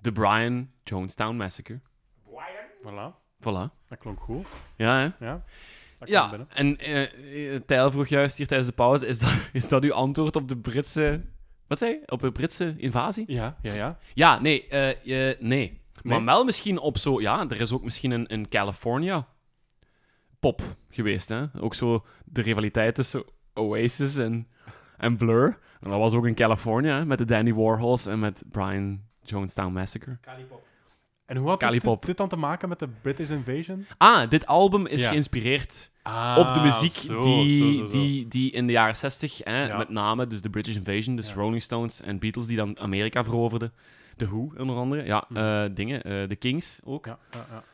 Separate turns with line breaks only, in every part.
The Brian Jonestown Massacre.
Voilà,
Voilà.
dat klonk goed.
Ja, hè?
Ja, dat kwam
Ja,
binnen.
en eh eh, Tijl vroeg juist hier tijdens de pauze, is dat, is dat uw antwoord op de Britse... Wat zei je? Op de Britse invasie?
Ja, ja, ja.
Ja, nee. eh, eh, nee. Maar
Nee?
wel misschien op zo... Ja, er is ook misschien een, een California-pop geweest, hè? Ook zo de rivaliteit tussen Oasis en, en Blur. En dat was ook in California, hè, met de Danny Warhols en met Brian Jonestown Massacre.
En hoe had dit,
Kalipop.
dit dan te maken met de British Invasion?
Ah, dit album is
Ja.
geïnspireerd
Ah,
op de muziek die, Die, die in de jaren 60, hè,
Ja.
met name dus de British Invasion, dus
Ja.
Rolling Stones en Beatles, die dan Amerika veroverden. The Who, onder andere. Ja,
Mhm.
eh, dingen. eh de Kings ook.
Ja, ja, ja.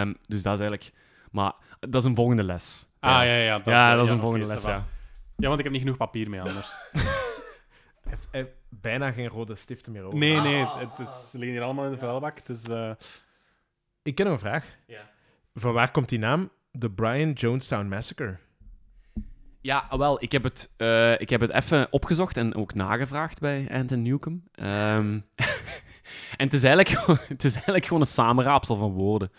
Ehm, dus dat is eigenlijk... Maar dat is een volgende les.
Ah, ja, ja.
Ja, dat is een volgende les, ja.
Ja, want ik heb niet genoeg papier mee anders.
Hij heeft- hij heeft bijna geen rode stiften meer over.
Nee, nee, het is, ze liggen hier allemaal in de vuilbak. Het is, eh,
Ik ken nog een vraag.
Ja.
Van waar komt die naam? The Brian Jonestown Massacre.
Ja, ah, wel, ik heb het, eh, ik heb het even opgezocht en ook nagevraagd bij Anton Newcomb. Ehm, en het is, eigenlijk, gewoon- het is eigenlijk gewoon een samenraapsel van woorden.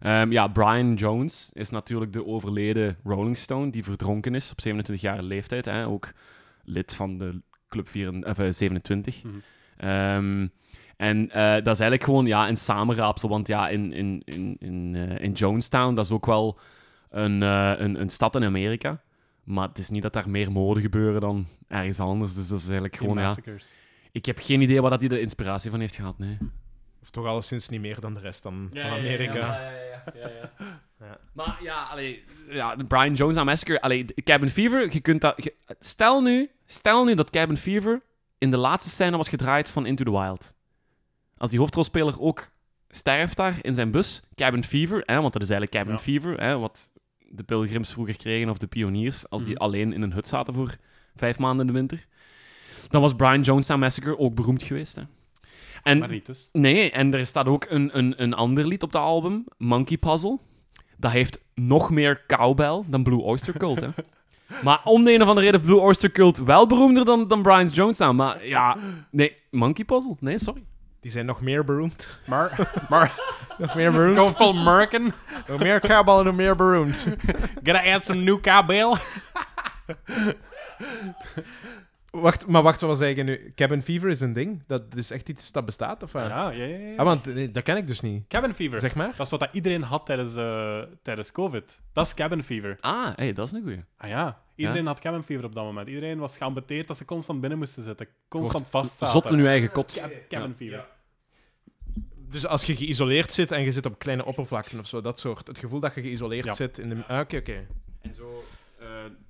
Ehm, ja, Brian Jones is natuurlijk de overleden Rolling Stone die verdronken is op 27-jarige leeftijd. Hè, ook lid van de Club 24, of, eh, 27.
Mhm.
Ehm, en eh, dat is eigenlijk gewoon ja, een samenraapsel. Want ja, in, in, in, in, eh, in Jonestown, dat is ook wel een, eh, een, een stad in Amerika. Maar het is niet dat daar meer moorden gebeuren dan ergens anders. Dus dat is eigenlijk
geen
gewoon, ja...
massacres.
Ik heb geen idee waar dat hij de inspiratie van heeft gehad, nee.
Of toch alleszins niet meer dan de rest dan, van Amerika. Ja.
Maar ja, allee, ja, de Brian Jones aan Massacre. Allee, de Cabin Fever, je kunt dat... je- stel, nu, stel nu dat Cabin Fever in de laatste scène was gedraaid van Into the Wild. Als die hoofdrolspeler ook sterft daar in zijn bus, Cabin Fever, hè, want dat is eigenlijk Cabin
Ja.
Fever, hè, wat de pilgrims vroeger kregen of de pioniers, als die
Mhm.
alleen in een hut zaten voor vijf maanden in de winter. Dan was Brian Jones aan Massacre ook beroemd geweest. Hè. En
Maar niet dus.
Nee, en er staat ook een, een, een ander lied op dat album, Monkey Puzzle. Dat heeft nog meer cowbell dan Blue Oyster Cult, hè. Maar om de een of andere reden heeft Blue Oyster Cult wel beroemder dan, dan Brian Jones aan. Maar ja, nee, Monkey Puzzle? Nee, sorry.
Die zijn nog meer beroemd.
Maar, maar,
Nog meer beroemd.
go full American.
hoe meer kabel en hoe meer beroemd.
Gonna add some new kabel.
Wacht, maar wacht, wat was eigenlijk nu? Cabin fever is een ding? Dat is echt iets dat bestaat? Of, wat?
Ja, ja, ja, ja.
Ah, want eh, dat ken ik dus niet.
Cabin fever.
Zeg maar.
Dat is wat dat iedereen had tijdens, eh, tijdens COVID. Dat is cabin fever.
Ah, hey, dat is een goeie.
Ah ja, iedereen had cabin fever op dat moment. Iedereen was geambeteerd dat ze constant binnen moesten zitten. Constant vast zaten.
Zot in uw eigen kot.
Cab- cabin fever.
Dus als je geïsoleerd zit en je zit op kleine oppervlakten of zo, dat soort. Het gevoel dat je geïsoleerd
Ja.
zit in de. Ah, oké, oké.
En zo, eh,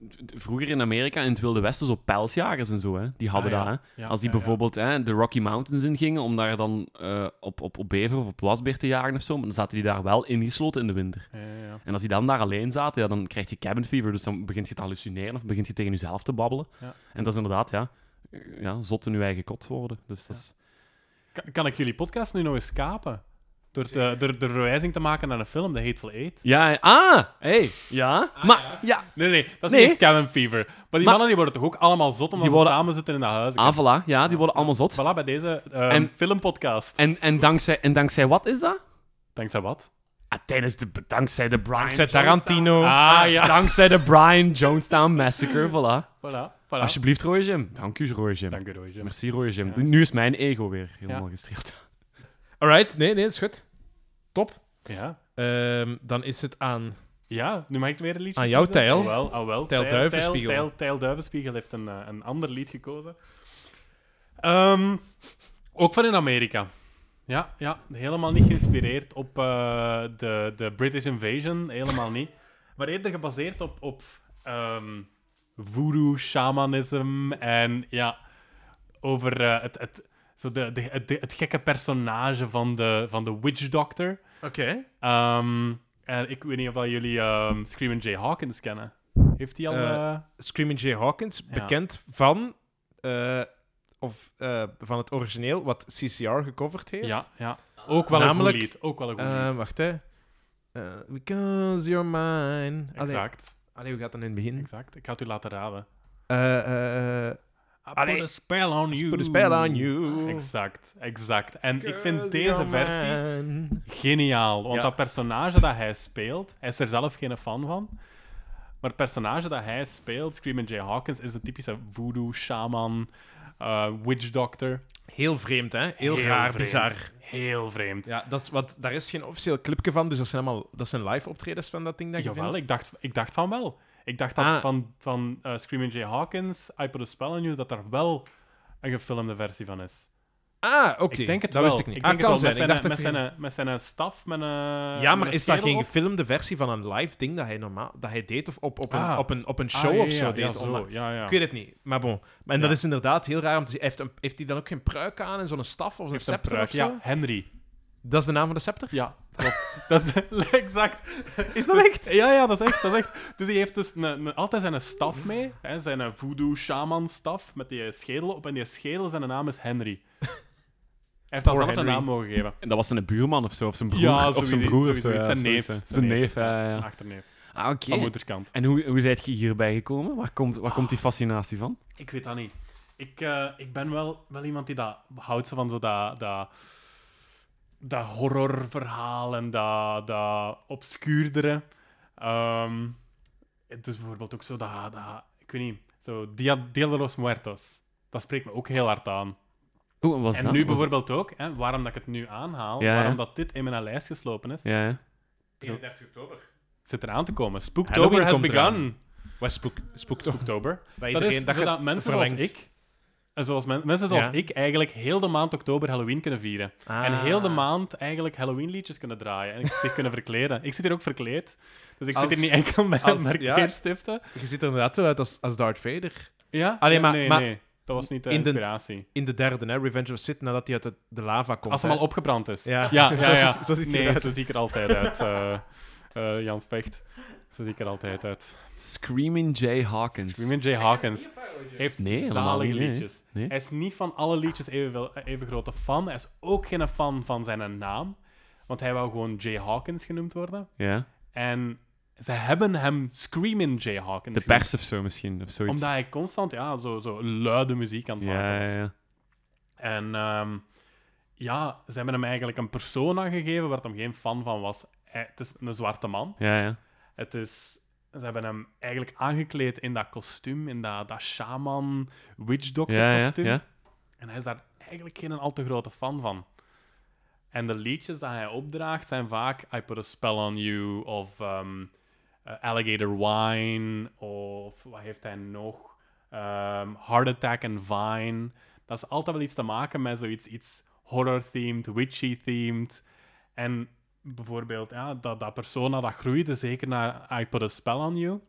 d- d- vroeger in Amerika, in het Wilde Westen, zo pijlsjagers en zo, hè. Die hadden
Ah, ja.
dat, hè.
Ja,
Als die
ja, ja.
bijvoorbeeld hè, de Rocky Mountains in gingen om daar dan eh, op, op, op bever of op wasbeer te jagen of zo, maar dan zaten die daar wel ingesloten in de winter.
Ja, ja, ja.
En als die dan daar alleen zaten, ja, dan krijg je cabin fever, dus dan begint je te hallucineren of begint je tegen jezelf te babbelen.
Ja.
En dat is inderdaad, ja, eh, ja, zot in je eigen kot worden. Dus dat is...
Ka- Kan ik jullie podcast nu nog eens kapen? Door, te, door, door verwijzing te maken naar een film, The Hateful Eight.
Ja, eh, ah, hey, ja,
Ah,
maar, ja.
Nee, nee, dat is
Nee.
niet cabin fever. Maar die
Maar-
mannen die worden toch ook allemaal zot omdat
Die
ze
worden-
samen zitten in dat huis.
ah, voilà, ja, die worden allemaal zot.
Voilà, bij deze eh,
En-
filmpodcast.
En, en, dankzij, en dankzij wat is dat?
Dankzij wat?
Ah, tijdens de, dankzij de Brian
Zet Tarantino.
Ah, ja.
Dankzij de Brian Jonestown Massacre, voilà.
Voilà, voilà.
Alsjeblieft, Roy Jim. Dank u, Roy Jim.
Dank u, Roosje.
Merci, Roy Jim. Nu is mijn ego weer helemaal
Ja.
gestreeld.
Alright, nee, nee, is goed. Top.
Ja.
Ehm, dan is het aan.
ja, nu mag ik weer een liedje
Aan jou,
kiezen.
Tijl.
Ah, wel, ah, wel.
Tijl Duivenspiegel.
Tijl, Tijl, Tijl Duivenspiegel heeft een, eh, een ander lied gekozen. Ehm, ook van in Amerika. Ja, ja, helemaal niet geïnspireerd op eh, de, de British Invasion. Helemaal niet. Maar eerder gebaseerd op, op ehm, voodoo, shamanism en ja, over eh, het, het, zo de, de, het, het gekke personage van de, van de Witch Doctor.
Oké.
Ehm, en ik weet niet of dat jullie ehm Screaming Jay Hawkins kennen. Heeft hij al...
Eh,
eh,
Screaming Jay Hawkins,
Ja.
bekend van. eh, of eh, van het origineel wat CCR gecoverd heeft.
ja, ja. Ook wel
Namelijk,
een goed lied. Ook wel een goed
Eh,
lied.
wacht, hè. Eh, because you're mine. Allee,
exact,
allee, hoe gaat dat in het begin?
exact. Ik ga het u laten raden.
Eh, eh, eh,
put a spell on you.
Put a spell on you.
Exact, exact. En ik vind
Cause
deze
you're
versie
mine.
geniaal. Want
Ja.
dat personage dat hij speelt, hij is er zelf geen fan van. Maar het personage dat hij speelt, Screaming Jay Hawkins, is een typische voodoo, shaman, eh, witch doctor.
Heel vreemd, hè? Heel, raar,
vreemd.
bizar.
Heel vreemd.
Ja, dat is, want daar is geen officieel clipje van, dus dat zijn allemaal dat zijn live optredens van dat ding dat je
Jawel,
vindt.
ik dacht, ik dacht van wel. Ik dacht dat
Ah.
van, van eh, Screaming Jay Hawkins, I Put a Spell on You, dat daar wel een gefilmde versie van is.
Ah, oké.
Ik denk het
dat
wel.
wist ik niet.
Ik
Ah,
denk
kan
het wel.
zijn. Ik
Met,
dacht
zijn, met,
dat je-
zijn, met zijn eh, staf, met een
Ja,
met
maar
een
is dat
schedel
geen
op.
gefilmde versie van een live ding dat hij, normaal, dat hij deed of op, op, een,
Ah.
op, een, op een
Ah,
show
ja,
of zo
ja,
deed?
Ja, zo.
online?
Ja, ja.
Ik weet het niet, maar bon. En dat
Ja.
is inderdaad heel raar om te zien. Heeft, een, heeft hij dan ook geen pruik aan en zo'n staf of een
Heeft een
scepter
pruik.
of zo?
Ja, Henry.
Dat is de naam van de scepter?
Ja, klopt. dat is de- exact. Is dat echt? Ja, ja, dat is echt. Dat is echt. Dus hij heeft dus een, een- altijd zijn staf mee. Hè, zijn eh, voodoo-shaman-staf met die schedel op. En die schedel, zijn naam is Henry. Hij heeft daar
Poor
zelf een
Henry.
naam mogen geven.
En dat was zijn buurman of zo, of zijn broer.
Ja,
of zijn
sowieso,
broer of zo.
sowieso.
ja,
Zijn neef.
zoiets, hè. Zijn neef, ja,
Zijn
ja.
achterneef.
Ah, oké.
Van moederskant.
En hoe, hoe zijt je hierbij gekomen? Waar komt, waar komt die fascinatie van?
Ik weet dat niet. Ik, eh, ik ben wel, wel iemand die dat houdt zo van zo dat, dat, dat horrorverhaal en dat, dat obscuurdere. Ehm, dus bijvoorbeeld ook zo dat, dat ik weet niet, zo Dia, Dia de los Muertos. Dat spreekt me ook heel hard aan.
Oeh, en was
en
dat?
nu
Was-
bijvoorbeeld ook, hè, waarom dat ik het nu aanhaal,
Ja, ja.
waarom dat dit in mijn lijst geslopen is,
Ja, ja.
31 oktober.
zit eraan te komen. Spooktober
Halloween
has
komt eraan.
begun.
West spook, spooktober.
Spooktober.
Dat
Dat
iedereen
is
dat je
zodat mensen zoals
verlengt.
ik, en zoals men- mensen zoals
Ja.
ik eigenlijk heel de maand oktober Halloween kunnen vieren.
Ah.
En heel de maand eigenlijk Halloween liedjes kunnen draaien en zich kunnen verkleden. Ik zit hier ook verkleed, dus ik
Als-
zit hier niet enkel met
als-
markeerstiften.
Je ziet er inderdaad wel uit als, als Darth Vader.
Ja?
Allee,
Ja,
maar-
nee,
maar-
nee, dat was niet de
in de-
inspiratie.
In de derde, hè? Revenge of Sith, nadat hij uit de, de lava komt.
Als hij
hè.
al opgebrand is.
Ja.
ja,
Zo
ja, ja.
ziet- zo ziet hij
nee,
eruit.
zo zie ik er altijd uit, eh eh, Jan Specht. Zo zie ik er altijd uit.
Screaming Jay Hawkins.
Raymond J. Hawkins heeft
Nee, helemaal
zalige
niet, nee.
liedjes.
Nee.
Hij is niet van alle liedjes even, even grote fan. Hij is ook geen fan van zijn naam. Want hij wou gewoon Jay Hawkins genoemd worden.
Ja.
En ze hebben hem Screaming Jay Hawkins
De
genoemd,
pers of zo misschien, of zoiets.
Omdat hij constant ja, zo, zo luide muziek aan het maken
ja,
was.
ja, ja.
En ehm, ja, ze hebben hem eigenlijk een persona gegeven waar hij geen fan van was. Hij- het is een zwarte man.
ja, ja.
Het is, ze hebben hem eigenlijk aangekleed in dat kostuum, in dat, dat shaman witch doctor
Ja, ja,
kostuum.
ja.
En hij is daar eigenlijk geen al te grote fan van. En de liedjes die hij opdraagt zijn vaak I Put a Spell on You of ehm, eh, Alligator Wine of wat heeft hij nog? Ehm, Heart Attack and Vine. Dat is altijd wel iets te maken met zoiets iets horror-themed, witchy-themed. En bijvoorbeeld ja, dat, dat persona dat groeide zeker naar I Put a Spell on You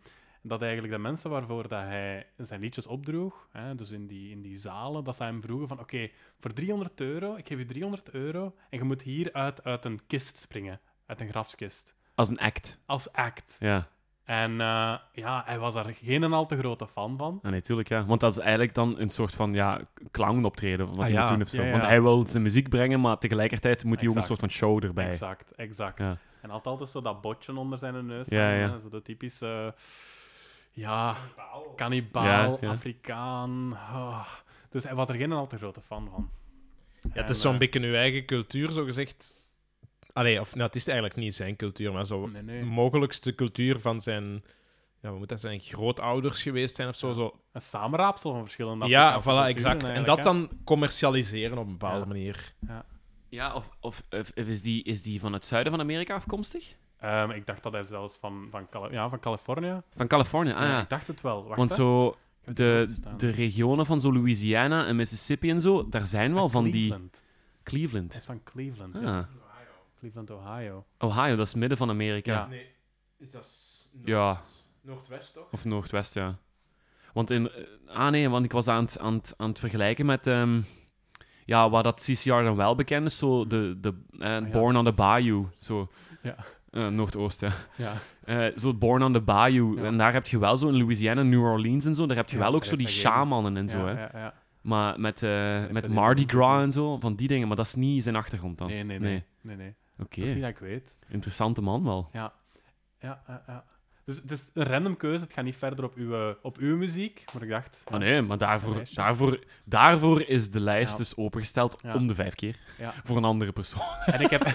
dat eigenlijk de mensen waarvoor dat hij zijn liedjes opdroeg, hè, dus in die, in die zalen, dat zij hem vroegen van oké, voor 300 euro, ik geef je 300 euro en je moet hieruit uit een kist springen, uit een grafskist,
Als een act.
als act.
Ja.
En eh, ja, hij was daar geen en al te grote fan van.
Ah, nee, tuurlijk, ja. Want dat is eigenlijk dan een soort van ja, clown optreden, wat
Ah,
hij
ja.
moet doen of zo.
Ja, ja.
Want hij wil zijn muziek brengen, maar tegelijkertijd moet hij ook een
Exact.
soort van show erbij.
Exact, exact.
Ja.
En had altijd zo dat botje onder zijn neus,
Ja,
hangen,
ja.
hè, zo de typische, eh, ja, kannibaal,
Ja, ja.
Afrikaan. ah. Dus hij was er geen en al te grote fan van.
Ja, het
En,
is zo'n
eh,
beetje uw eigen cultuur, zo gezegd. Allee, of nou, het is eigenlijk niet zijn cultuur, maar zo
Nee, nee.
mogelijkste cultuur van zijn, ja, wat moet dat zijn, grootouders geweest zijn of zo. zo.
Een samenraapsel van verschillende
Ja,
Afrikaanse culturen
voilà, exact. En
eigenlijk,
dat
hè.
dan commercialiseren op een bepaalde
Ja.
manier.
Ja, of, of, of is, die, is die van het zuiden van Amerika afkomstig?
Ehm, ik dacht dat hij zelfs van, van, Cali- ja, van Californië.
Van Californië, ah
Ja,
ja.
Ik dacht het wel. Wacht,
Want
hè.
zo,
Ik heb het
de,
opgestaan.
de regionen van zo Louisiana en Mississippi en zo, daar zijn wel
Ah,
van die...
Cleveland. Hij
Cleveland.
is van Cleveland. ja.
Ah.
Cleveland, Ohio.
Ohio, dat is midden van Amerika.
Ja.
Nee, is dat
Ja.
Noordwest, toch?
Of Noordwest, ja. Want in... eh, Ah nee, want ik was aan het, aan het, aan het vergelijken met... ehm, ja, waar dat CCR dan wel bekend is, zo de, de eh,
Ah, ja.
Born on the Bayou, zo.
Ja.
Eh, Noordoost, ja.
Ja.
Eh, zo Born on the Bayou.
Ja.
En daar heb je wel zo in Louisiana, New Orleans en zo, daar heb je
Ja,
wel ook
daar
zo die
heb je geen-
shamanen en zo,
ja,
hè.
ja, ja.
Maar met, eh, met
dat is
Mardi
ook-
Gras en zo, van die dingen. Maar dat is niet zijn achtergrond dan.
Nee, nee, nee.
Nee.
nee. nee, nee.
Oké,
Toch niet dat ik weet.
interessante man wel.
Ja, ja, ja. ja. Dus het is een random keuze. Het gaat niet verder op uw, eh, op uw muziek. Maar ik dacht,
Ah nee, maar daarvoor,
Lijstje.
daarvoor, daarvoor is de lijst
Ja.
dus opengesteld
Ja.
om de vijf keer.
Ja.
Voor een andere persoon.
En ik heb,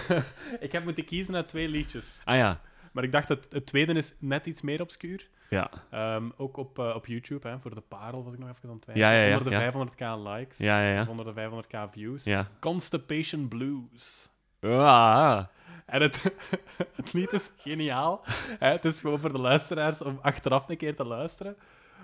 ik heb moeten kiezen uit twee liedjes.
Ah ja,
Maar ik dacht dat het tweede is net iets meer obscuur.
ja,
Ehm, ook op, eh, op YouTube, hè, voor de parel was ik nog even aan het
Ja,
twijfelen.
ja, ja,
onder de
ja.
500k likes.
ja, ja.
Of
ja.
onder de 500k views.
ja.
Constipation Blues.
Ah.
En het, het lied is geniaal. Hè? Het is gewoon voor de luisteraars om achteraf een keer te luisteren.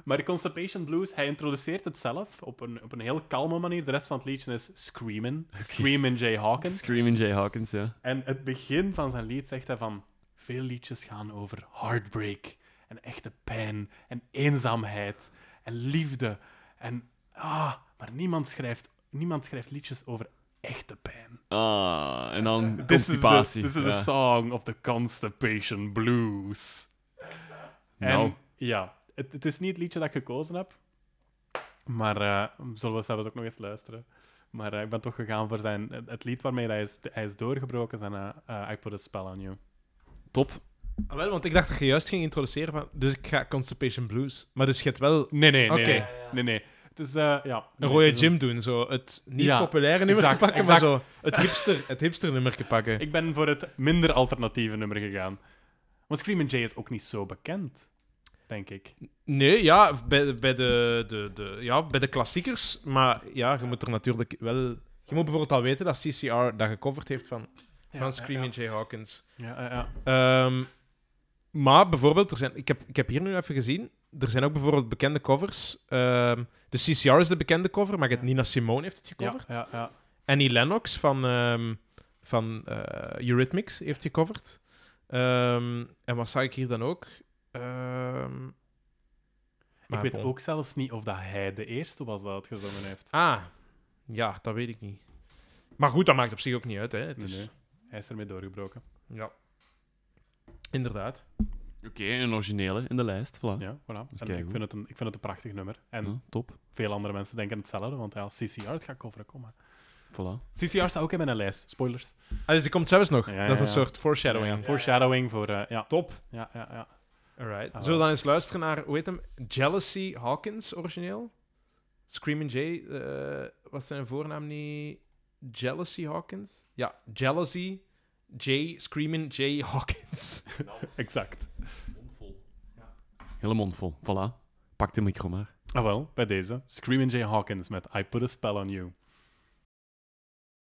Maar Constipation Blues, hij introduceert het zelf op een, op een heel kalme manier. De rest van het liedje is Screamin'. Screamin' Jay Hawkins.
Screaming Jay Hawkins, ja.
En het begin van zijn lied zegt hij van... Veel liedjes gaan over heartbreak en echte pijn en eenzaamheid en liefde. En, ah, maar niemand schrijft, niemand schrijft liedjes over echte pijn.
Ah, en dan
This is the,
constipatie.
this is
ja.
the song of the constipation blues.
Nou.
En, ja, het, het is niet het liedje dat ik gekozen heb. Maar eh, zullen we zelfs ook nog eens luisteren. Maar eh, ik ben toch gegaan voor zijn, het, het lied waarmee hij is, hij is doorgebroken. Zijn eh, eh, I Put A Spell On You.
Top.
Ah, wel, want ik dacht dat je juist ging introduceren, maar, dus ik ga Constipation Blues. Maar dus je gaat wel
Nee, nee, nee.
Oké.
Nee, nee, nee. Het is, eh, ja...
een
nee,
rode
het is
gym doen, zo het niet
Ja,
populaire nummer
exact,
pakken,
exact.
maar zo het hipster, het hipster nummer pakken.
Ik ben voor het minder alternatieve nummer gegaan. Want Screamin' Jay is ook niet zo bekend, denk ik.
Nee, ja bij, bij, de, de, de, ja, bij de klassiekers, maar ja, je moet er natuurlijk wel... Je moet bijvoorbeeld al weten dat CCR dat gecoverd heeft van, van Screaming Jay Hawkins.
Ja, ja, ja.
Ehm, maar bijvoorbeeld, er zijn, ik, heb, ik heb hier nu even gezien, er zijn ook bijvoorbeeld bekende covers. Ehm, de CCR is de bekende cover, maar je hebt Nina Simone heeft het
Ja,
gecoverd.
ja, ja.
Annie Lennox van, ehm, van eh, Eurythmics heeft gecoverd. Ehm, en wat zag ik hier dan ook? Ehm, maar
ik weet
Ah, bon.
ook zelfs niet of dat hij de eerste was dat het gezongen heeft.
Ah, ja, dat weet ik niet. Maar goed, dat maakt op zich ook niet uit, hè. Het
Nee,
is-
nee. Hij is ermee doorgebroken.
Ja. Inderdaad.
Oké, een originele in de lijst.
Ah.
Voilà.
Ja, voilà.
is
En ik,
keigoed.
vind het een, ik vind het een prachtig nummer. En
Ja, top.
veel andere mensen denken hetzelfde, want ja, CCR het gaat coveren, kom maar.
Voilà.
CCR staat ook in mijn lijst. Spoilers.
Ah, dus die komt zelfs nog.
Ja,
dat is
ja,
een
ja.
soort foreshadowing.
Ja, foreshadowing voor... eh, ja.
Top.
Ja, ja, ja.
Alright.
Ah,
Zullen we dan eens luisteren naar, hoe heet hem? Jealousy Hawkins, origineel? Screaming Jay, eh, was zijn voornaam niet Jealousy Hawkins? Ja, Jealousy Jay, Screaming Jay Hawkins.
Exact.
Hele mond vol. Voilà. Pak de micro maar.
Ah wel, bij deze. Screaming Jay Hawkins met I Put A Spell On You.